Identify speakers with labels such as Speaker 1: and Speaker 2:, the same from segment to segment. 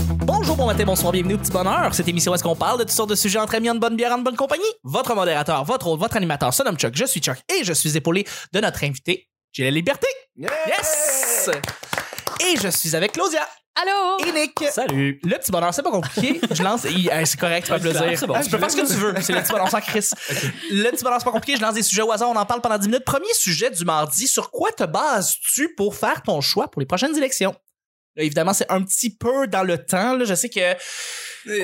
Speaker 1: bon matin, bonsoir, bienvenue au petit bonheur. Cette émission où est-ce qu'on parle de toutes sortes de sujets entre amis, en bonne bière, en bonne compagnie. Votre modérateur, votre hôte, votre animateur, son nomme Chuck, je suis Chuck et je suis épaulé de notre invité, J'ai la liberté. Yes! Et je suis avec Claudia
Speaker 2: Allô?
Speaker 1: et Nick.
Speaker 3: Salut!
Speaker 1: Le petit bonheur, c'est pas compliqué. Je lance. Il- euh, C'est correct, tu peux applaudir.
Speaker 3: C'est bon.
Speaker 1: tu peux faire ce que tu veux. C'est le petit bonheur sans Chris. Le petit bonheur, c'est pas compliqué. Je lance des sujets au hasard. On en parle pendant 10 minutes. Premier sujet du mardi. Sur quoi te bases-tu pour faire ton choix pour les prochaines élections? Là, évidemment, c'est un petit peu dans le temps. Là. Je sais que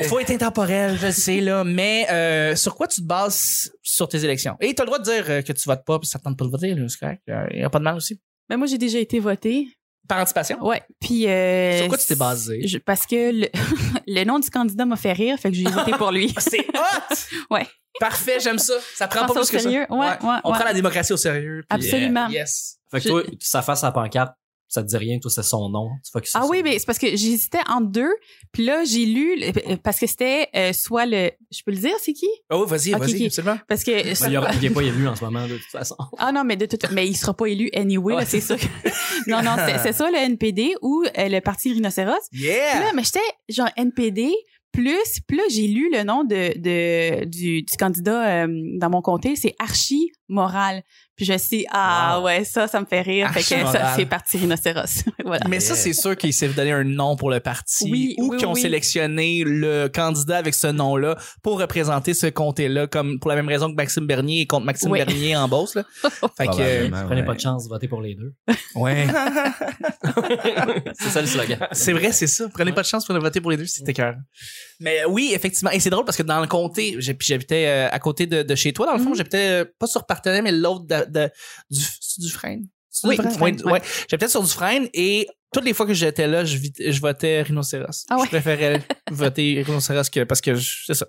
Speaker 1: faut être intemporel, je le sais, là. Mais euh, sur quoi tu te bases sur tes élections? Et t'as le droit de dire euh, que tu votes pas, puis ça te tente pas de voter, là, c'est correct. Il n'y a pas de mal aussi.
Speaker 2: Ben moi, j'ai déjà été votée.
Speaker 1: Par anticipation?
Speaker 2: Ouais. Puis. euh,
Speaker 1: Sur quoi tu t'es basé?
Speaker 2: je- parce que le, le nom du candidat m'a fait rire, fait que j'ai voté pour lui.
Speaker 1: C'est hot!
Speaker 2: Ouais.
Speaker 1: Parfait, j'aime ça. Ça prend
Speaker 2: Pense
Speaker 1: pas
Speaker 2: au
Speaker 1: plus que ça.
Speaker 2: sérieux. Ouais, ouais,
Speaker 1: On
Speaker 2: ouais.
Speaker 1: prend la démocratie au sérieux. puis,
Speaker 2: Absolument.
Speaker 1: euh, yes.
Speaker 3: Fait que
Speaker 2: Je-
Speaker 3: toi, ça face à la pancarte, ça te dit rien, toi, c'est son nom. Tu focuses sur
Speaker 2: Ah
Speaker 3: ça.
Speaker 2: oui, mais c'est parce que j'hésitais entre deux. Puis là, j'ai lu, le- parce que c'était euh, soit le. Je peux le dire, c'est qui?
Speaker 1: Ah oui, vas-y,
Speaker 2: Ok,
Speaker 1: vas-y,
Speaker 2: ok.
Speaker 1: absolument.
Speaker 2: Parce que.
Speaker 3: Il y aura- il est pas élu en ce moment, de toute façon.
Speaker 2: Ah non, mais de toute mais il sera pas élu anyway, là,
Speaker 3: Ouais.
Speaker 2: c'est sûr. non, non, c'est- c'est ça le NPD ou euh, le parti rhinocéros. Puis
Speaker 1: Yeah!
Speaker 2: là, mais j'étais genre NPD plus, puis là, j'ai lu le nom de, de- du, du candidat euh, dans mon comté, c'est Archie Moral. Puis je suis ah
Speaker 3: Wow.
Speaker 2: ouais, ça, ça me fait rire. Fait
Speaker 1: Archie
Speaker 2: que ça,
Speaker 1: Moral.
Speaker 2: c'est parti rhinocéros. voilà.
Speaker 1: Mais ça,
Speaker 3: Yeah.
Speaker 1: c'est sûr qu'ils s'est donné un nom pour le parti
Speaker 2: Oui,
Speaker 1: ou
Speaker 2: oui,
Speaker 1: qu'ils ont
Speaker 2: oui.
Speaker 1: sélectionné le candidat avec ce nom-là pour représenter ce comté-là, comme pour la même raison que Maxime Bernier est contre Maxime
Speaker 2: Oui.
Speaker 1: Bernier en Beauce. Là. fait que, euh,
Speaker 3: Prenez
Speaker 4: Probablement,
Speaker 3: pas
Speaker 4: Ben ouais.
Speaker 3: de chance de voter pour les deux.
Speaker 4: Ouais.
Speaker 3: c'est ça le slogan.
Speaker 1: C'est vrai, c'est ça. Prenez pas de chance pour voter pour les deux, c'était cœur. Mais euh, oui, effectivement. Et c'est drôle parce que dans le comté, j'ai- puis j'habitais euh, à côté de, de chez toi, dans le fond,
Speaker 2: Mhm.
Speaker 1: j'habitais euh, pas sur Partenay, mais l'autre de- de- du, c'est du frein.
Speaker 2: Oui, Dufresne, ouais.
Speaker 1: J'habitais sur du frein et toutes les fois que j'étais là, je, vit- je votais rhinocéros.
Speaker 2: Ah ouais.
Speaker 1: Je préférais voter rhinocéros que, parce que je- c'est ça.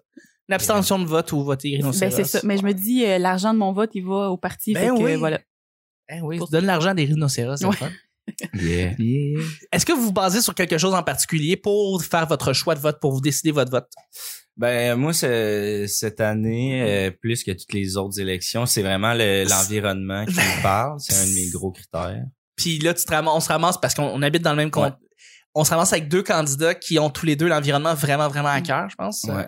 Speaker 1: Une abstention de vote ou voter
Speaker 2: Ben,
Speaker 1: rhinocéros.
Speaker 2: c'est ça. Mais je me dis, euh, l'argent de mon vote, il va au parti.
Speaker 1: Ben
Speaker 2: fait que,
Speaker 1: oui.
Speaker 2: voilà.
Speaker 1: Eh oui, donne l'argent à des rhinocéros. c'est le
Speaker 2: Ouais.
Speaker 1: fun.
Speaker 4: Yeah.
Speaker 1: Est-ce que vous vous basez sur quelque chose en particulier pour faire votre choix de vote, pour vous décider votre vote?
Speaker 4: Ben moi ce- cette année euh, plus que toutes les autres élections, c'est vraiment le- l'environnement qui me parle, c'est un de mes gros critères.
Speaker 1: Puis là, tu te ram- on se ramasse parce qu'on on habite dans le même compte. On se ramasse avec deux candidats qui ont tous les deux l'environnement vraiment, vraiment à cœur, je pense.
Speaker 4: Mm. Ouais.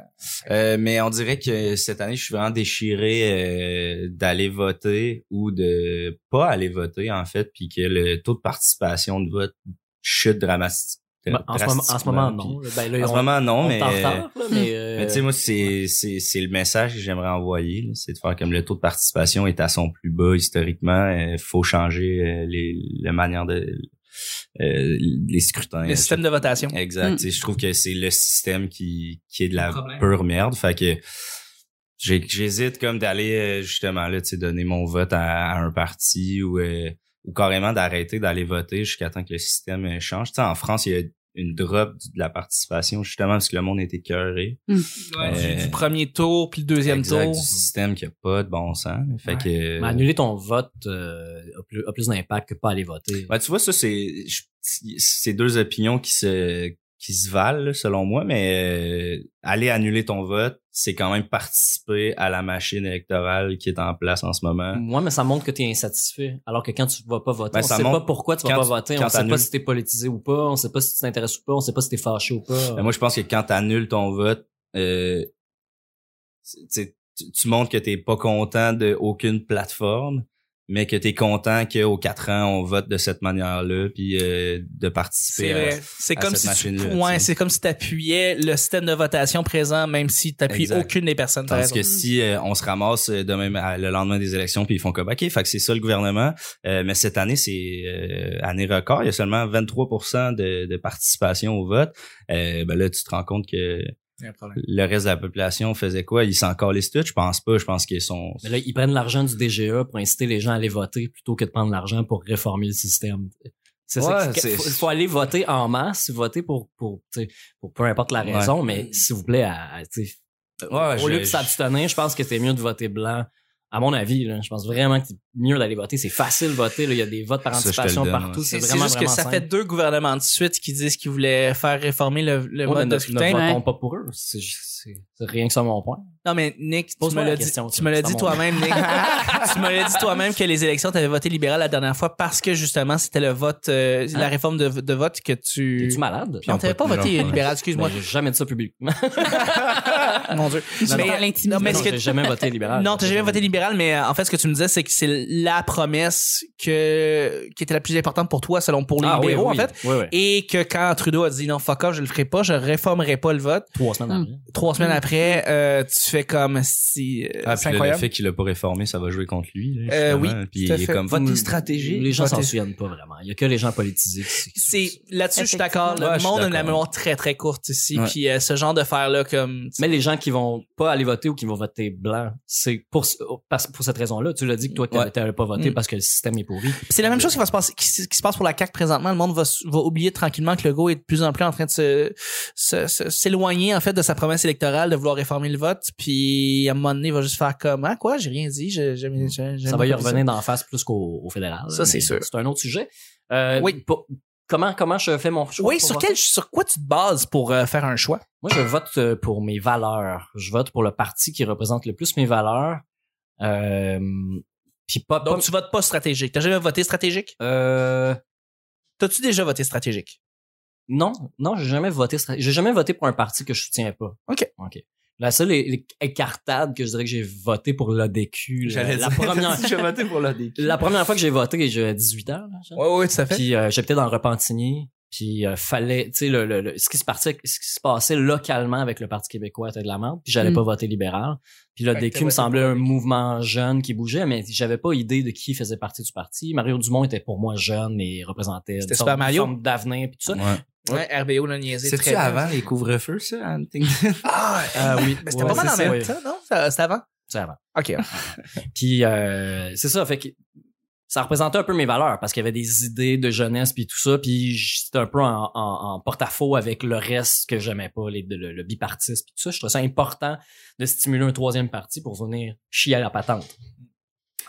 Speaker 4: Euh, mais on dirait que cette année je suis vraiment déchiré euh, d'aller voter ou de pas aller voter en fait, puis que le taux de participation de vote chute dramatique.
Speaker 3: Ben, en, ce moment, en ce moment, non. Ben, là,
Speaker 4: En ce
Speaker 3: on-
Speaker 4: moment
Speaker 3: on
Speaker 4: non,
Speaker 3: est
Speaker 4: mais
Speaker 3: en retard, là, mais, euh,
Speaker 4: Mais tu sais, moi, c'est, c'est, c'est le message que j'aimerais envoyer, là, c'est de faire comme le taux de participation est à son plus bas historiquement. Il faut changer euh, les, la manière de euh, les scrutins.
Speaker 1: Le système de votation.
Speaker 4: Exact.
Speaker 2: Mm.
Speaker 4: Tu sais, Je trouve que c'est le système qui, qui est de la
Speaker 1: Problème.
Speaker 4: pure merde. Fait que j'ai- j'hésite comme d'aller euh, justement là, tu sais, donner mon vote à, à un parti ou, euh, ou carrément d'arrêter d'aller voter jusqu'à temps que le système euh, change. Tu sais, en France, il y a une drop du- de la participation justement parce que le monde est écœuré.
Speaker 1: Du,
Speaker 4: Euh,
Speaker 1: du premier tour, puis le deuxième
Speaker 4: Exact,
Speaker 1: tour.
Speaker 4: du système qui a pas de bon sens. Fait
Speaker 1: Ouais. Ben,
Speaker 4: que
Speaker 3: mais annuler ton vote euh, a plus, a plus d'impact que pas aller voter.
Speaker 4: Ben, tu vois, ça, c'est, je- c'est deux opinions qui se, qui se valent, là, selon moi, mais euh, aller annuler ton vote, c'est quand même participer à la machine électorale qui est en place en ce moment.
Speaker 1: Mm.
Speaker 3: Moi, mais ça montre que tu es insatisfait. Alors que quand tu vas pas voter,
Speaker 4: Ben,
Speaker 3: on
Speaker 4: ça
Speaker 3: sait pas
Speaker 4: montre-
Speaker 3: pourquoi tu vas
Speaker 4: quand
Speaker 3: pas
Speaker 4: tu-
Speaker 3: voter.
Speaker 4: quand
Speaker 3: On sait pas
Speaker 4: t'annules-
Speaker 3: si t'es politisé ou pas. On sait pas si tu t'intéresses ou pas. On sait pas si t'es fâché ou pas.
Speaker 4: Ben, moi, je pense que quand tu annules ton vote, euh, c'est- tu sais, tu- tu montres que t'es pas content de aucune plateforme, mais que tu es content qu'aux quatre ans, on vote de cette manière-là, puis euh, de participer
Speaker 1: C'est
Speaker 4: à-
Speaker 1: vrai. C'est
Speaker 4: à
Speaker 1: comme,
Speaker 4: cette
Speaker 1: si tu-
Speaker 4: machine-là,
Speaker 1: ouais,
Speaker 4: tu sais.
Speaker 1: c'est comme si tu appuyais le système de votation présent, même si tu n'appuies
Speaker 4: Exact.
Speaker 1: aucune des personnes. T'as
Speaker 4: Tandis
Speaker 1: raison.
Speaker 4: que si euh, on se ramasse euh, demain à- le lendemain des élections puis ils font comme OK, fait que c'est ça le gouvernement, Euh, mais cette année c'est euh, année record, il y a seulement 23 de, de participation au vote. Euh, ben là tu te rends compte que
Speaker 1: Il y a un problème.
Speaker 4: le reste de la population faisait quoi Ils s'en les tout, je pense pas, je pense qu'ils sont
Speaker 3: Mais là, ils prennent l'argent du DGE pour inciter les gens à aller voter plutôt que de prendre l'argent pour réformer le système. C'est ça
Speaker 4: Ouais,
Speaker 3: qu'il
Speaker 4: c'est-
Speaker 3: faut, faut aller voter en masse, voter pour pour, tu sais, pour peu importe la
Speaker 4: Ouais.
Speaker 3: raison, mais s'il vous plaît, à- à, tu sais,
Speaker 4: Ouais,
Speaker 3: au
Speaker 4: je-
Speaker 3: lieu de
Speaker 4: je-
Speaker 3: s'abstenir, je pense que c'est mieux de voter blanc à mon avis, là, je pense vraiment que c'est mieux d'aller voter. C'est facile de voter. là. Il y a des votes par
Speaker 4: Ça, je te le
Speaker 3: anticipation
Speaker 4: donne,
Speaker 3: partout.
Speaker 4: ouais.
Speaker 3: C'est
Speaker 1: C'est
Speaker 3: vraiment,
Speaker 1: juste que
Speaker 3: vraiment
Speaker 1: ça
Speaker 3: simple.
Speaker 1: fait deux gouvernements de suite qui disent qu'ils voulaient faire réformer le, le
Speaker 3: Ouais, mais
Speaker 1: mode de
Speaker 3: ne, ne
Speaker 1: scrutin. hein.
Speaker 3: votons pas pour eux. C'est juste- c'est- c'est rien que ça mon point.
Speaker 1: Non, mais Nick, tu
Speaker 3: Pose-moi
Speaker 1: me
Speaker 3: la
Speaker 1: l'as dit,
Speaker 3: question,
Speaker 1: tu
Speaker 3: tiens,
Speaker 1: me l'as
Speaker 3: c'est
Speaker 1: dit
Speaker 3: à mon
Speaker 1: toi-même, Nick. tu me l'as dit toi-même que les élections, t'avais voté libéral la dernière fois parce que justement, c'était le vote, euh, la réforme de, de vote que tu.
Speaker 3: Es-tu malade?
Speaker 1: Non, t'avais pas
Speaker 4: Non,
Speaker 1: voté
Speaker 4: non.
Speaker 1: libéral, excuse-moi.
Speaker 3: Ben, j'ai jamais dit ça publiquement.
Speaker 1: Mon Dieu.
Speaker 2: Je
Speaker 1: Mais-
Speaker 2: parle l'intimité.
Speaker 1: non, mais
Speaker 3: Non,
Speaker 1: ce que-
Speaker 3: j'ai jamais voté libéral.
Speaker 1: Non, t'as jamais voté libéral, mais euh, en fait, ce que tu me disais, c'est que c'est la promesse que, qui était la plus importante pour toi, selon pour les
Speaker 3: Ah, oui,
Speaker 1: libéraux,
Speaker 3: oui.
Speaker 1: en fait.
Speaker 3: Oui, oui.
Speaker 1: Et que quand Trudeau a dit non, fuck off, je le ferai pas, je réformerai pas le vote,
Speaker 3: Trois semaines
Speaker 2: Mm.
Speaker 3: après.
Speaker 1: trois semaines
Speaker 2: Mm.
Speaker 1: après, euh, tu fais comme si. euh,
Speaker 4: Ah,
Speaker 1: c'est
Speaker 4: puis là, le
Speaker 1: incroyable.
Speaker 4: fait qu'il l'a pas réformé, ça va jouer contre lui. là,
Speaker 1: Euh,
Speaker 4: justement.
Speaker 1: oui,
Speaker 4: Puis
Speaker 1: tout à
Speaker 4: il est
Speaker 1: fait.
Speaker 4: comme
Speaker 1: Voter
Speaker 4: Hum,
Speaker 1: stratégique.
Speaker 3: Les gens s'en
Speaker 1: Voter-
Speaker 3: souviennent pas vraiment. Il y a que les gens politisés qui- qui-
Speaker 1: c'est là-dessus je suis
Speaker 2: Effectivement.
Speaker 1: d'accord le
Speaker 4: Ouais, je suis
Speaker 1: monde a la
Speaker 4: d'accord.
Speaker 1: mémoire très très courte ici
Speaker 4: Ouais.
Speaker 1: puis euh, ce genre de faire là comme
Speaker 3: Mais les gens qui vont pas aller voter ou qui vont voter blanc, c'est pour, ce- oh, parce- pour cette raison-là. Tu l'as dit que toi, t'avais
Speaker 4: Ouais.
Speaker 3: t'avais pas voté
Speaker 1: Mm.
Speaker 3: parce que le système est pourri.
Speaker 1: c'est la même chose qui va se passer qui, se- qui se passe pour la CAQ présentement le monde va, s- va oublier tranquillement que Legault est de plus en plus en train de se- se- se- s'éloigner en fait de sa promesse électorale de vouloir réformer le vote puis à un moment donné il va juste faire comme ah quoi j'ai rien dit j'ai jamais
Speaker 3: Ça va y revenir d'en face plus qu'au au fédéral.
Speaker 1: Ça, c'est
Speaker 3: mais
Speaker 1: sûr.
Speaker 3: C'est un autre sujet. Euh,
Speaker 1: Oui.
Speaker 3: pour- comment, comment je fais mon choix?
Speaker 1: oui
Speaker 3: pour
Speaker 1: sur
Speaker 3: voter?
Speaker 1: quel sur quoi tu te bases pour euh, faire un choix
Speaker 3: Moi, je vote euh, pour mes valeurs. Je vote pour le parti qui représente le plus mes valeurs. Euh, puis pas,
Speaker 1: donc
Speaker 3: pas-
Speaker 1: tu votes pas stratégique t'as jamais voté stratégique
Speaker 3: euh,
Speaker 1: t'as-tu déjà voté stratégique
Speaker 3: Non, non, j'ai jamais voté. stra- J'ai jamais voté pour un parti que je soutiens pas.
Speaker 1: OK.
Speaker 3: Ok. La seule é- é- écartade que je dirais que j'ai voté pour l'ADQ. La,
Speaker 4: J'allais
Speaker 3: la
Speaker 4: dire,
Speaker 3: première,
Speaker 4: j'ai voté pour la
Speaker 3: la première fois que j'ai voté, j'ai 18 ans. là, genre.
Speaker 1: ouais ouais tout à
Speaker 3: Puis euh, j'étais dans Repentigny. Puis euh, fallait, tu sais, le, le- le- ce qui se partait, ce qui se passait localement avec le Parti québécois était de la merde. Puis j'allais
Speaker 2: Mm.
Speaker 1: Hmm.
Speaker 3: pas voter libéral. Puis
Speaker 1: Fait que t'as
Speaker 3: l'ADQ me
Speaker 1: voté
Speaker 3: semblait
Speaker 1: pour
Speaker 3: un mouvement jeune qui bougeait, mais j'avais pas idée de qui faisait partie du parti. Mario Dumont était pour moi jeune et représentait une
Speaker 1: C'était
Speaker 3: sorte,
Speaker 1: Super Mario.
Speaker 3: une forme d'avenir puis tout ça.
Speaker 4: Hum, Ouais.
Speaker 1: ouais RBO l'a niaisé
Speaker 4: C'est-tu
Speaker 1: très
Speaker 4: avant les couvre-feux, ça, à Huntington?
Speaker 1: ah
Speaker 3: Ah oui,
Speaker 1: Mais c'était
Speaker 3: Ouais,
Speaker 1: pas mal en
Speaker 3: c'est ça,
Speaker 1: même
Speaker 3: oui.
Speaker 1: temps, non? Ça- C'était avant?
Speaker 3: C'est avant.
Speaker 1: OK.
Speaker 3: Puis euh, c'est ça, fait que ça représentait un peu mes valeurs parce qu'il y avait des idées de jeunesse puis tout ça, puis j'étais un peu en, en- en porte-à-faux avec le reste que j'aimais pas, les- le, le bipartisme puis tout ça. Je trouvais ça important de stimuler un troisième parti pour venir chier à la patente.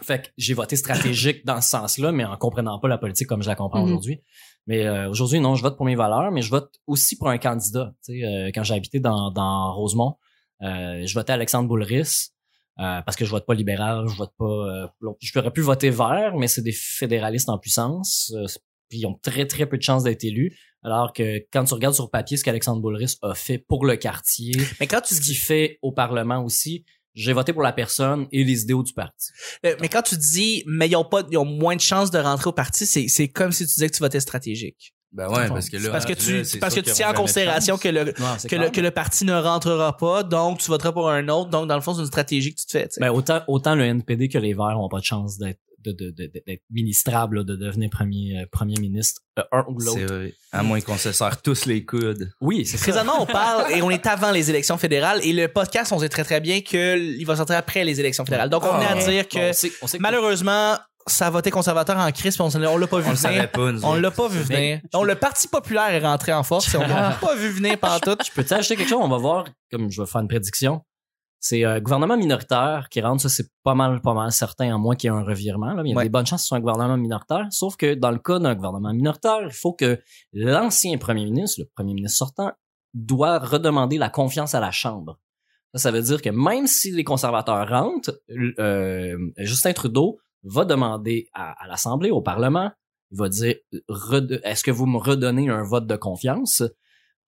Speaker 3: Fait que j'ai voté stratégique dans ce sens-là, mais en comprenant pas la politique comme je la comprends
Speaker 2: Mhm.
Speaker 3: aujourd'hui. Mais euh, aujourd'hui, non, je vote pour mes valeurs, mais je vote aussi pour un candidat. Tu sais, euh, quand j'ai habité dans, dans Rosemont, euh, je votais Alexandre Boulris euh, parce que je vote pas libéral, je vote pas. euh, l'autre. je pourrais plus voter vert, mais c'est des fédéralistes en puissance. euh, c'est- puis ils ont très très peu de chances d'être élus. Alors que quand tu regardes sur papier ce qu'Alexandre Boulris a fait pour le quartier,
Speaker 1: Mais quand tu
Speaker 3: ce
Speaker 1: dis,
Speaker 3: qu'il fait au Parlement aussi, j'ai voté pour la personne et les idéaux du parti.
Speaker 1: euh, mais quand tu dis, mais ils ont pas, ils ont moins de chances de rentrer au parti, c'est, c'est comme si tu disais que tu votais stratégique.
Speaker 4: Ben
Speaker 3: ouais,
Speaker 4: ouais,
Speaker 3: parce
Speaker 4: parce que là.
Speaker 1: parce que tu, parce que tu tiens en considération que le,
Speaker 3: c'est
Speaker 1: que le, que le parti ne rentrera pas, donc tu voteras pour un autre, donc dans le fond, c'est une stratégie que tu te fais, tu sais.
Speaker 3: Ben, autant, autant le NPD que les Verts ont pas de chance d'être de, de, de- de- d'être ministrable, là, de devenir premier, euh, premier ministre, euh, un ou l'autre.
Speaker 4: C'est vrai. À moins qu'on se serre tous les coudes.
Speaker 3: Oui, c'est ça.
Speaker 1: Présentement, on parle et on est avant les élections fédérales et le podcast, on sait très très bien qu'il va sortir après les élections fédérales. Donc, on
Speaker 4: Ah.
Speaker 1: est à dire
Speaker 3: Bon,
Speaker 1: que
Speaker 3: on sait- on sait que-
Speaker 1: malheureusement, ça a voté conservateur en crise, puis on, on l'a pas vu
Speaker 4: On le
Speaker 1: venir.
Speaker 4: savait pas, nous.
Speaker 1: Ben, On
Speaker 4: autres.
Speaker 1: l'a pas vu venir. Donc, le Parti populaire est rentré en force et on l'a pas vu venir pantoute.
Speaker 3: Je peux-tu acheter quelque chose? On va voir, comme je vais faire une prédiction. C'est euh, gouvernement minoritaire qui rentre, ça c'est pas mal, pas mal certain, à moins qu'il y ait un revirement. Là, mais il y a
Speaker 1: Ouais.
Speaker 3: des bonnes chances que ce soit un gouvernement minoritaire. Sauf que dans le cas d'un gouvernement minoritaire, il faut que l'ancien premier ministre, le premier ministre sortant, doit redemander la confiance à la Chambre. Ça, ça veut dire que même si les conservateurs rentrent, l- euh, Justin Trudeau va demander à, à l'Assemblée, au Parlement, il va dire Rede- est-ce que vous me redonnez un vote de confiance?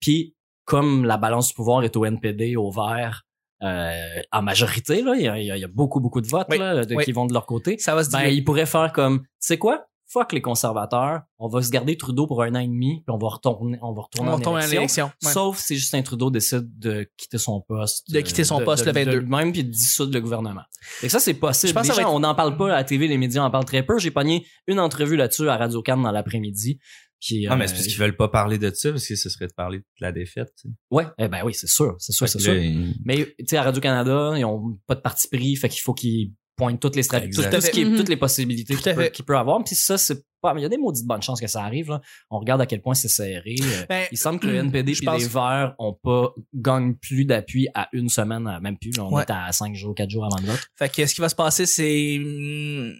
Speaker 3: Puis, comme la balance du pouvoir est au NPD, au vert, euh, en majorité, là, il y a, il y a- il y a beaucoup, beaucoup de votes
Speaker 1: Oui,
Speaker 3: là, de-
Speaker 1: oui.
Speaker 3: qui vont de leur côté.
Speaker 1: Ça va se
Speaker 3: Ben,
Speaker 1: diluer.
Speaker 3: il pourrait faire comme, tu sais quoi? Fuck les conservateurs, on va se garder Trudeau pour un an et demi, puis on va retourner, on va retourner
Speaker 1: on
Speaker 3: en
Speaker 1: retourne à
Speaker 3: élection.
Speaker 1: l'élection. Ouais.
Speaker 3: Sauf si Justin Trudeau décide de quitter son poste.
Speaker 1: De quitter son
Speaker 3: euh,
Speaker 1: poste le 22.
Speaker 3: même puis de dissoudre le gouvernement. Fait que ça, c'est possible.
Speaker 1: Je pense
Speaker 3: Les
Speaker 1: que ça va
Speaker 3: gens, on n'en parle pas à la TV, les médias en parlent très peu. J'ai pogné une entrevue là-dessus à radio can dans l'après-midi. Puis,
Speaker 4: Non, Ah, mais
Speaker 3: euh,
Speaker 4: c'est parce qu'ils veulent pas parler de ça, parce que ce serait de parler de la défaite. tu sais.
Speaker 3: Ouais, eh ben oui, c'est sûr, c'est sûr,
Speaker 4: Fait
Speaker 3: c'est
Speaker 4: que
Speaker 3: sûr.
Speaker 4: là, ils-
Speaker 3: Mais, tu sais, à Radio-Canada, ils ont pas de parti pris, fait qu'il faut qu'ils pointe toutes les stratégies, tout,
Speaker 4: Exact.
Speaker 3: tout ce qui est-
Speaker 2: Mhm.
Speaker 3: toutes les possibilités
Speaker 1: Tout à
Speaker 3: qu'il peut,
Speaker 1: fait.
Speaker 3: qu'il peut avoir. Puis ça, c'est pas. Il y a des maudites bonnes chances que ça arrive. Là. On regarde à quel point c'est serré. Euh,
Speaker 1: Ben,
Speaker 3: il semble que le NPD
Speaker 1: je
Speaker 3: puis
Speaker 1: pense-
Speaker 3: les Verts ont pas gagnent plus d'appui à une semaine, à- même plus. là. on
Speaker 1: Ouais.
Speaker 3: est à cinq jours, quatre jours avant le vote.
Speaker 1: Fait que ce qui va se passer, c'est hum,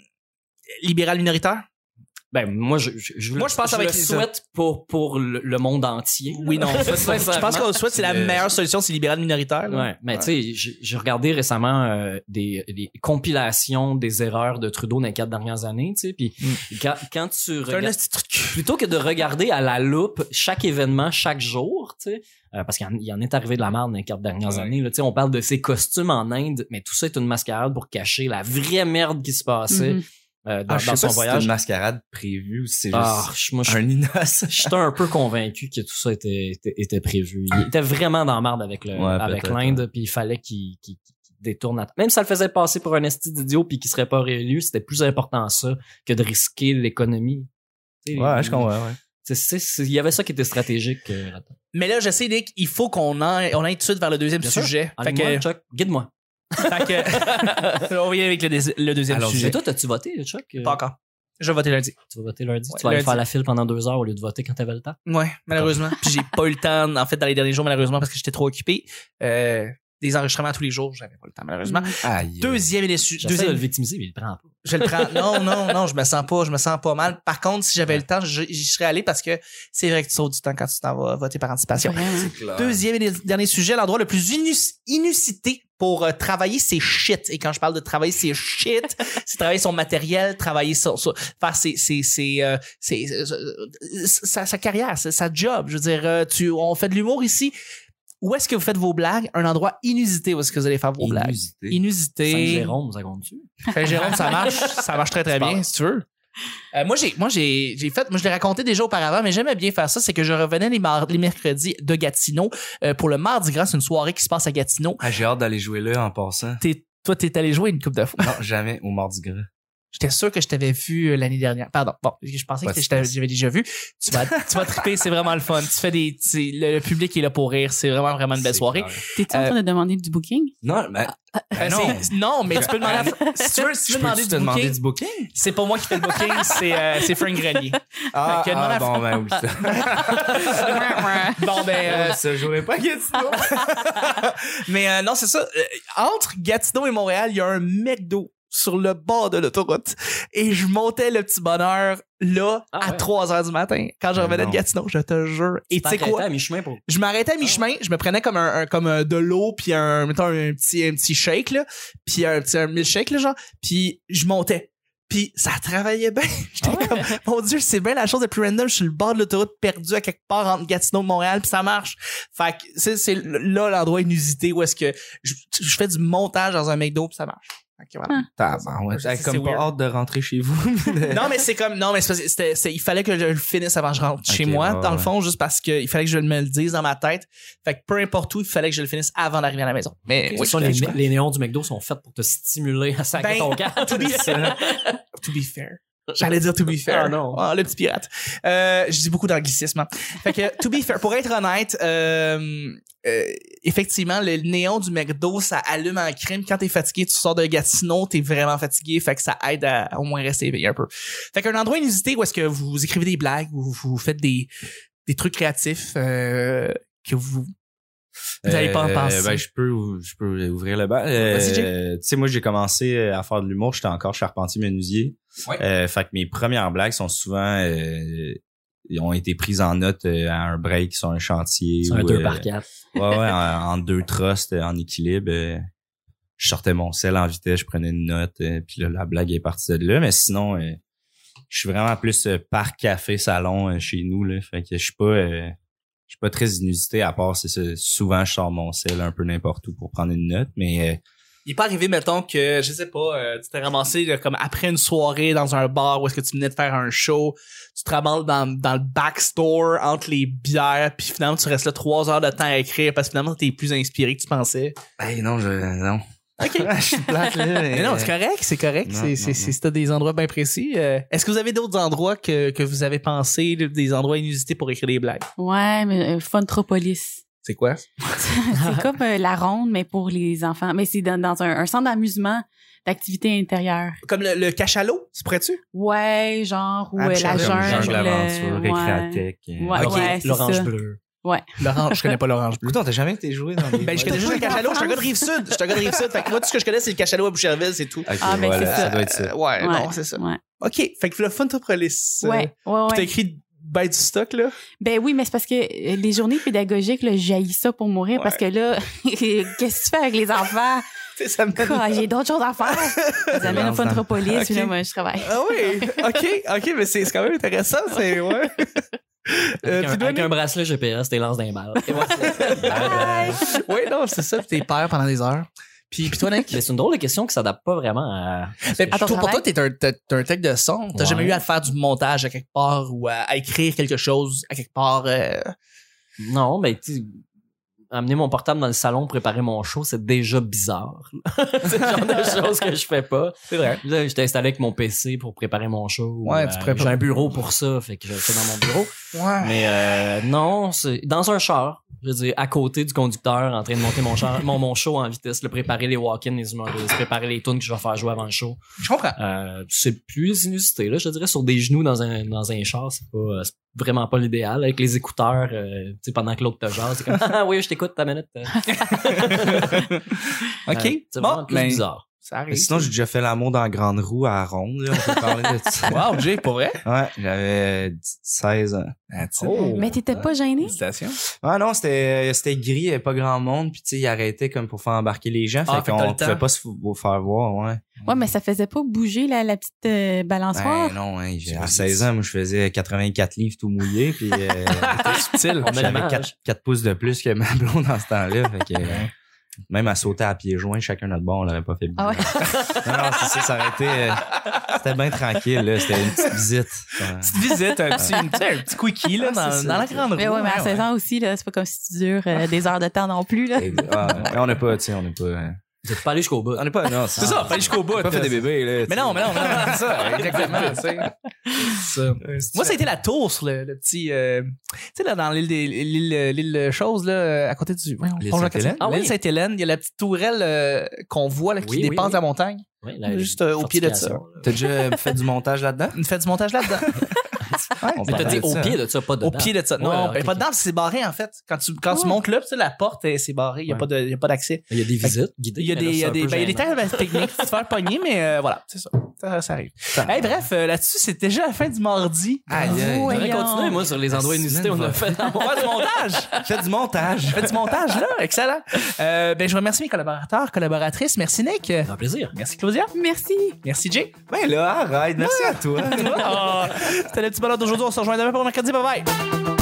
Speaker 1: libéral minoritaire.
Speaker 3: Ben moi, je, je, je,
Speaker 1: Moi, je pense avec
Speaker 3: le
Speaker 1: les-
Speaker 3: souhaite pour pour le, le monde entier.
Speaker 1: Oui, non. en fait, je pense
Speaker 3: Sincèrement.
Speaker 1: qu'on le souhaite, c'est la
Speaker 4: Euh,
Speaker 1: meilleure solution, c'est libéral minoritaire. là.
Speaker 3: Ouais, mais tu sais, j'ai- j'ai regardé récemment euh, des, des compilations des erreurs de Trudeau dans les quatre dernières années, tu sais, puis
Speaker 4: Mm.
Speaker 3: quand, quand tu
Speaker 1: C'est un
Speaker 3: regardes...
Speaker 1: petit truc.
Speaker 3: Plutôt que de regarder à la loupe chaque événement, chaque jour, tu sais, euh, parce qu'il y en- il y en est arrivé de la merde dans les quatre dernières
Speaker 4: Ouais.
Speaker 3: années, là, tu sais, on parle de ses costumes en Inde, mais tout ça est une mascarade pour cacher la vraie merde qui se passait
Speaker 2: Mhm.
Speaker 3: euh, dans,
Speaker 4: Ah, je
Speaker 3: dans
Speaker 4: sais
Speaker 3: son
Speaker 4: pas si c'est
Speaker 3: voyage.
Speaker 4: une mascarade prévue ou si c'est
Speaker 3: Ah,
Speaker 4: juste
Speaker 3: je- moi, je
Speaker 4: un innocent.
Speaker 3: J'étais un peu convaincu que tout ça était, était, était prévu. Il était vraiment dans la marde avec le,
Speaker 4: Ouais,
Speaker 3: avec
Speaker 4: peut-être,
Speaker 3: l'Inde, puis il fallait qu'il qu'il- qu'il détourne. à- Même si ça le faisait passer pour un esti d'idiot puis qu'il serait pas réélu, c'était plus important ça que de risquer l'économie. Tu sais,
Speaker 4: Ouais,
Speaker 3: il-
Speaker 4: je comprends, ouais.
Speaker 3: c'est- c'est- c'est- Il y avait ça qui était stratégique. euh, là-dedans.
Speaker 1: Mais là, je sais, Nick, il faut qu'on en- on aille tout de suite vers le deuxième
Speaker 3: Bien sûr.
Speaker 1: sujet. Fait
Speaker 3: Allez-moi,
Speaker 1: que,
Speaker 3: Chuck, guide-moi.
Speaker 1: fait que- on vient avec le, dés- le deuxième
Speaker 4: Alors,
Speaker 1: sujet.
Speaker 3: Et toi, t'as-tu voté, Chuck? Euh,
Speaker 1: Pas encore. Je vais voter lundi.
Speaker 3: Tu vas voter lundi?
Speaker 1: Ouais,
Speaker 3: tu vas aller
Speaker 1: lundi.
Speaker 3: faire la file pendant deux heures au lieu de voter quand t'avais le temps?
Speaker 1: Ouais, malheureusement. Puis j'ai pas eu le temps, en fait, dans les derniers jours, malheureusement, parce que j'étais trop occupé. Euh, des enregistrements tous les jours, j'avais pas le temps, malheureusement.
Speaker 2: Mhm.
Speaker 4: Aïe.
Speaker 1: Deuxième et les su-
Speaker 3: J'essaie de
Speaker 1: deuxième
Speaker 3: le victimiser, mais il prend pas.
Speaker 1: Je le prends. Non, non, non, je me sens pas, je me sens pas mal. Par contre, si j'avais le temps, je- j'y serais allé parce que c'est vrai que tu sautes du temps quand tu t'en vas voter par anticipation.
Speaker 2: Vraiment.
Speaker 1: Deuxième et dernier sujet, l'endroit le plus inus- inusité pour euh, travailler ses shit. Et quand je parle de travailler ses shit, c'est travailler son matériel, travailler son, son- faire ses, ses, ses, euh, ses- euh, sa, sa carrière, sa, sa job. Je veux dire, euh, tu, on fait de l'humour ici. Où est-ce que vous faites vos blagues? Un endroit inusité où est-ce que vous allez faire vos blagues.
Speaker 4: Inusité.
Speaker 1: Inusité.
Speaker 3: Saint-Jérôme, ça compte-tu?
Speaker 1: Fait que Jérôme, ça marche, ça marche très très
Speaker 3: Tu
Speaker 1: bien,
Speaker 3: parles.
Speaker 1: si tu veux. Euh, moi, j'ai, moi, j'ai, j'ai fait, moi, je l'ai raconté déjà auparavant, mais j'aimais bien faire ça. C'est que je revenais les, mar- les mercredis de Gatineau euh, pour le Mardi Gras. C'est une soirée qui se passe à Gatineau.
Speaker 4: Ah, j'ai hâte d'aller jouer là en passant.
Speaker 1: T'es, toi, t'es allé jouer une coupe de fois.
Speaker 4: Non, jamais au Mardi Gras.
Speaker 1: J'étais sûr que je t'avais vu euh, l'année dernière. Pardon. Bon, je pensais
Speaker 4: Pas
Speaker 1: que
Speaker 4: de
Speaker 1: je t'avais-
Speaker 4: stress.
Speaker 1: j'avais déjà vu. Tu vas, tu vas triper, c'est vraiment le fun. Tu fais des, tu- le, le public est là pour rire. C'est vraiment vraiment une belle
Speaker 4: C'est
Speaker 1: soirée.
Speaker 4: clair.
Speaker 2: T'es-tu en
Speaker 1: Euh,
Speaker 2: train de demander du booking?
Speaker 4: Non, mais
Speaker 1: Euh,
Speaker 4: Ben non.
Speaker 1: c'est- non, mais tu peux demander. à- si tu veux, si tu
Speaker 4: je
Speaker 1: veux
Speaker 4: peux
Speaker 1: demander
Speaker 4: te
Speaker 1: du
Speaker 4: demander
Speaker 1: booking,
Speaker 4: du booking?
Speaker 1: c'est pas moi qui fais le booking, c'est euh, c'est Frank Grenier.
Speaker 4: Ah,
Speaker 1: Fait que
Speaker 4: ah,
Speaker 1: demande
Speaker 4: bon, ben oui, ça.
Speaker 1: Bon ben. euh,
Speaker 4: Ça jouerait pas Gatineau.
Speaker 1: Mais euh, non, c'est ça. Euh, entre Gatineau et Montréal, il y a un McDo sur le bord de l'autoroute. Et je montais le petit bonheur là
Speaker 3: Ah
Speaker 1: à
Speaker 3: ouais.
Speaker 1: 3 heures du matin quand je
Speaker 4: Ah
Speaker 1: revenais de
Speaker 4: non.
Speaker 1: Gatineau, je te jure. Et tu sais
Speaker 3: t'arrêtais
Speaker 1: quoi?
Speaker 3: à Ah mi-chemin pour...
Speaker 1: Je m'arrêtais à mi-chemin, je me prenais comme un, un- comme euh, de l'eau puis un mettons un petit un petit shake là, puis un petit un milkshake là genre, puis je montais. Puis ça travaillait bien.
Speaker 3: Ah
Speaker 1: J'étais comme mon dieu, c'est bien la chose la plus random, je suis le bord de l'autoroute perdu à quelque part entre Gatineau et Montréal, puis ça marche. Fait que c'est c'est là l'endroit inusité où est-ce que je, je fais du montage dans un McDo puis ça marche. Fait que
Speaker 3: Hein.
Speaker 1: voilà.
Speaker 4: Tabarouette.
Speaker 1: C'est-
Speaker 4: J'ai comme
Speaker 1: c'est
Speaker 4: pas
Speaker 1: weird.
Speaker 4: hâte de rentrer chez vous.
Speaker 1: Non, mais c'est comme, non, mais c'est parce que c'était, c'était- il fallait que je le finisse avant que je rentre
Speaker 4: Ok,
Speaker 1: chez moi,
Speaker 4: ouais,
Speaker 1: dans le
Speaker 4: ouais.
Speaker 1: fond, juste parce que il fallait que je me le dise dans ma tête. Fait que peu importe où, il fallait que je le finisse avant d'arriver à la maison. Mais
Speaker 3: De
Speaker 1: oui,
Speaker 3: toute façon,
Speaker 1: Ben, je-
Speaker 3: les,
Speaker 1: je-
Speaker 3: les néons du McDo sont faits pour te stimuler à saquer
Speaker 1: Ben,
Speaker 3: ton camp.
Speaker 1: to be fair. to be fair. J'allais dire to be fair.
Speaker 3: Ah non.
Speaker 1: Oh, le petit pirate. Euh, je dis beaucoup d'anglicisme. hein. Fait que to be fair, pour être honnête, euh, euh, effectivement, le néon du McDo, ça allume en crime. Quand t'es fatigué, tu sors de Gatineau, t'es vraiment fatigué, fait que ça aide à, au moins rester éveillé un peu. Fait qu'un endroit inusité où est-ce que vous écrivez des blagues, où vous faites des, des trucs créatifs euh, que vous... Vous n'allez pas en
Speaker 4: Euh,
Speaker 1: penser.
Speaker 4: Ben, je peux, ou- je peux ouvrir le bal.
Speaker 1: Vas-y, Jay.
Speaker 4: Euh, tu sais, moi, j'ai commencé euh, à faire de l'humour. J'étais encore charpentier menuisier.
Speaker 1: Ouais.
Speaker 4: Euh, fait que mes premières blagues sont souvent, euh, ont été prises en note euh, à un break sur un chantier.
Speaker 3: C'est un
Speaker 4: ou,
Speaker 3: 2
Speaker 4: euh,
Speaker 3: par 4.
Speaker 4: Ouais, ouais, en, en deux trusts, euh, en équilibre. euh, je sortais mon sel en vitesse, je prenais une note, euh, puis là, la blague est partie de là. Mais sinon, euh, je suis vraiment plus euh, par café salon euh, chez nous. Là, fait que je suis pas. euh, je suis pas très inusité à part c'est ça, souvent je sors mon sel un peu n'importe où pour prendre une note mais euh,
Speaker 1: Il est pas arrivé, mettons, que, je sais pas, euh, tu t'es ramassé là, comme après une soirée dans un bar où est-ce que tu venais de faire un show, tu te ramasses dans, dans le backstore entre les bières, puis finalement, tu restes là trois heures de temps à écrire parce que finalement, t'es plus inspiré que tu pensais.
Speaker 4: hey, non je non
Speaker 1: OK.
Speaker 4: je suis plate là
Speaker 1: Mais non, c'est correct, c'est correct.
Speaker 4: Non,
Speaker 1: C'est-
Speaker 4: non,
Speaker 1: C'est
Speaker 4: non.
Speaker 1: c'est- c'est à des endroits bien précis. Euh, est-ce que vous avez d'autres endroits que, que vous avez pensé, des endroits inusités pour écrire des blagues?
Speaker 2: Ouais, mais euh, Funtropolis.
Speaker 1: C'est quoi?
Speaker 2: c'est comme euh, la ronde, mais pour les enfants. Mais c'est dans, dans un, un centre d'amusement, d'activité intérieure.
Speaker 1: Comme le, le cachalot, tu pourrais-tu?
Speaker 2: Ouais, genre, ou
Speaker 1: Ah,
Speaker 2: euh,
Speaker 1: puis ça,
Speaker 2: la jungle.
Speaker 1: comme jungle,
Speaker 4: l'aventure,
Speaker 2: le- ouais.
Speaker 4: euh,
Speaker 2: Ouais,
Speaker 1: Ok,
Speaker 2: ouais, c'est
Speaker 3: L'orange
Speaker 2: ça.
Speaker 3: bleu.
Speaker 1: L'orange, je connais pas l'orange bleu.
Speaker 4: Écoute, on t'a jamais été joué dans des.
Speaker 1: Ben, je connais juste le cachalot, je suis un gars de Rive-Sud. Je suis un gars de Rive-Sud. Fait que moi, tout ce que je connais, c'est le cachalot à Boucherville, c'est tout.
Speaker 4: Ok,
Speaker 2: Ah, ben,
Speaker 4: voilà,
Speaker 2: c'est
Speaker 4: ça.
Speaker 2: ça.
Speaker 4: doit être ça.
Speaker 1: Euh, ouais,
Speaker 2: Ouais.
Speaker 1: non, c'est ça.
Speaker 2: Ouais.
Speaker 1: OK, fait que le fun Toprolis. euh,
Speaker 2: Ouais, ouais,
Speaker 1: Puis t'as
Speaker 2: ouais.
Speaker 1: écrit ben du stock, là.
Speaker 2: Ben oui, mais c'est parce que euh, les journées pédagogiques, là, je jaillis ça pour mourir parce que là, qu'est-ce que tu fais avec les enfants?
Speaker 1: Tu sais, ça me donne-
Speaker 2: Quoi, J'ai d'autres choses à faire. Ils amènent au
Speaker 4: Lance dans-
Speaker 2: Fontropolis,
Speaker 1: Ok.
Speaker 2: puis là, moi, je travaille.
Speaker 1: Ah oui, OK, OK, mais c'est c'est quand même intéressant, c'est... Ouais. Euh,
Speaker 3: Avec,
Speaker 1: tu
Speaker 3: un,
Speaker 1: dois
Speaker 3: avec un bracelet GPS, t'es lance d'un bal.
Speaker 1: Oui, non, c'est ça. Puis t'es père pendant des heures. Puis, puis toi, Nick?
Speaker 3: Mais c'est une drôle de question qui s'adapte pas vraiment à.
Speaker 1: Mais
Speaker 2: À ton
Speaker 1: toi, pour toi,
Speaker 2: travail?
Speaker 1: t'es un, t'es- t'es un tech de son. T'as
Speaker 3: Ouais.
Speaker 1: jamais eu à te faire du montage à quelque part ou à, à écrire quelque chose à quelque part. euh,
Speaker 3: Non, mais tu sais, amener mon portable dans le salon, préparer mon show, c'est déjà bizarre. c'est le genre de choses que je fais pas.
Speaker 1: C'est vrai.
Speaker 3: Là, j'étais installé avec mon PC pour préparer mon show. Euh,
Speaker 1: Ouais, tu prépares.
Speaker 3: J'ai un bureau pour ça, fait que je le fais dans mon bureau.
Speaker 1: Ouais.
Speaker 3: Mais euh, non, c'est dans un char. Je veux dire, à côté du conducteur, en train de monter mon, char, mon, mon show en vitesse, le préparer les walk-ins, les humoristes, préparer les tunes que je vais faire jouer avant le show.
Speaker 1: Je comprends.
Speaker 3: Euh, c'est plus inusité, là. Je te dirais, sur des genoux dans un, dans un char, c'est pas, euh, c'est vraiment pas l'idéal. Avec les écouteurs, euh, tu sais, pendant que l'autre te jase, c'est comme, ah oui, je t'écoute ta minute. Euh,
Speaker 1: OK.
Speaker 3: euh,
Speaker 1: bon, ben,
Speaker 3: c'est vraiment plus
Speaker 1: mais
Speaker 3: bizarre.
Speaker 1: ça
Speaker 4: Mais
Speaker 1: arrive.
Speaker 4: Sinon, j'ai déjà fait l'amour dans Grande Roue à Ronde. Là. On peut parler de ça.
Speaker 1: Wow, Jay, pour vrai?
Speaker 4: Ouais, j'avais 16 ans.
Speaker 1: Oh.
Speaker 2: Mais t'étais pas gêné?
Speaker 1: Félicitations.
Speaker 4: Ah non, c'était c'était gris, il y avait pas grand monde, puis tu sais, il arrêtait comme pour faire embarquer les gens,
Speaker 1: Ah, fait
Speaker 4: fait
Speaker 1: que t'as
Speaker 4: qu'on
Speaker 1: le temps.
Speaker 4: pouvait pas se f- faire voir, ouais.
Speaker 2: Ouais, mais ça faisait pas bouger la, la petite euh, balançoire.
Speaker 4: Ben non, hein, j'ai-
Speaker 1: J'ai pas
Speaker 4: à
Speaker 1: dit
Speaker 4: 16 ans, moi je faisais 84 livres tout mouillé, puis euh,
Speaker 1: Subtil.
Speaker 3: On a le
Speaker 4: j'avais
Speaker 3: même
Speaker 4: 4,
Speaker 3: âge.
Speaker 4: pouces de plus que ma blonde dans ce temps-là, fait que euh, même à sauter à pieds joints, chacun notre bord, on l'aurait pas fait. bouger.
Speaker 2: Ah ouais.
Speaker 4: Non, non, c'est ça, ça aurait été euh, c'était bien tranquille, là, c'était une petite visite. Ouais.
Speaker 1: Petite visite, un petit, une- tu sais, un petit quickie là,
Speaker 4: Ah,
Speaker 1: dans,
Speaker 4: c'est
Speaker 1: dans
Speaker 4: ça.
Speaker 1: la grande roue. hein,
Speaker 2: Mais ouais, mais à
Speaker 1: ouais,
Speaker 2: 16
Speaker 1: ouais.
Speaker 2: ans aussi, là, c'est pas comme si tu dures euh, des heures de temps non plus, là.
Speaker 4: Et- ah, on n'a pas, tu sais, on n'a pas. euh,
Speaker 3: Vous êtes pas allé jusqu'au bout.
Speaker 4: On n'est pas. Non,
Speaker 1: C'est ça, pas jusqu'au bout.
Speaker 4: On n'a pas fait des
Speaker 1: là.
Speaker 4: bébés, là. tu
Speaker 1: Mais
Speaker 4: sais.
Speaker 1: non, mais non, mais non, c'est ça, exactement. tu sais. Ça.
Speaker 4: Euh, c'est-
Speaker 1: Moi, ça a été la tour sur le, le petit. euh, tu sais, là, dans l'île des- l'île euh, l'île euh, Chose, là, euh, à côté du. voyons,
Speaker 4: L'île
Speaker 1: pont
Speaker 4: Sainte-Hélène?
Speaker 1: Jacques-Cartier.
Speaker 3: Ah oui.
Speaker 1: L'île Sainte-Hélène, il y a la petite tourelle euh, qu'on voit là, qui
Speaker 3: Oui, oui,
Speaker 1: dépasse
Speaker 3: oui.
Speaker 1: la montagne.
Speaker 3: Ouais, la-
Speaker 1: Juste, euh, au pied de ça.
Speaker 3: fortification, là.
Speaker 4: T'as déjà fait du montage là-dedans?
Speaker 1: Il fait du montage là-dedans.
Speaker 4: On
Speaker 3: Mais t'as
Speaker 4: parlait
Speaker 3: dit
Speaker 4: de
Speaker 3: au
Speaker 4: ça.
Speaker 3: pied de ça, pas dedans.
Speaker 1: Au pied de ça. Non,
Speaker 3: Ouais,
Speaker 1: ben,
Speaker 3: ok,
Speaker 1: pas
Speaker 3: ok.
Speaker 1: dedans, parce que c'est barré, en fait. Quand tu, quand tu
Speaker 2: Ouais.
Speaker 1: montes là, puis tu sais, la porte, elle, c'est barré. Il n'y a,
Speaker 3: Ouais.
Speaker 1: pas de- il y a pas d'accès.
Speaker 3: Il y a des visites guidées.
Speaker 1: Il y a
Speaker 3: mais là,
Speaker 1: des, il y a
Speaker 3: c'est un
Speaker 1: des,
Speaker 3: peu
Speaker 1: ben, il y a des
Speaker 3: gênant.
Speaker 1: termes techniques. Tu te faire pogner, mais euh, voilà, c'est ça. ça. ça arrive. Hey, bref, euh, là-dessus, c'est déjà la fin du mardi.
Speaker 4: Aïe, aïe.
Speaker 2: Ouais.
Speaker 3: J'aurais
Speaker 2: Voyons.
Speaker 3: continué, moi, sur les endroits
Speaker 4: La
Speaker 3: inusités,
Speaker 4: semaine
Speaker 3: on a
Speaker 4: va-
Speaker 3: fait
Speaker 1: On va faire du montage.
Speaker 4: Fais du montage.
Speaker 1: Fais du montage, là. Excellent. Euh, ben, je remercie mes collaborateurs, collaboratrices. Merci, Nick.
Speaker 3: Un plaisir.
Speaker 1: Merci, Claudia.
Speaker 2: Merci!
Speaker 1: Merci, Jay.
Speaker 4: Ben là, arrête. Merci à toi.
Speaker 3: Oh.
Speaker 1: Ah, C'était le petit bonheur d'aujourd'hui. On se rejoint demain pour mercredi. Bye bye.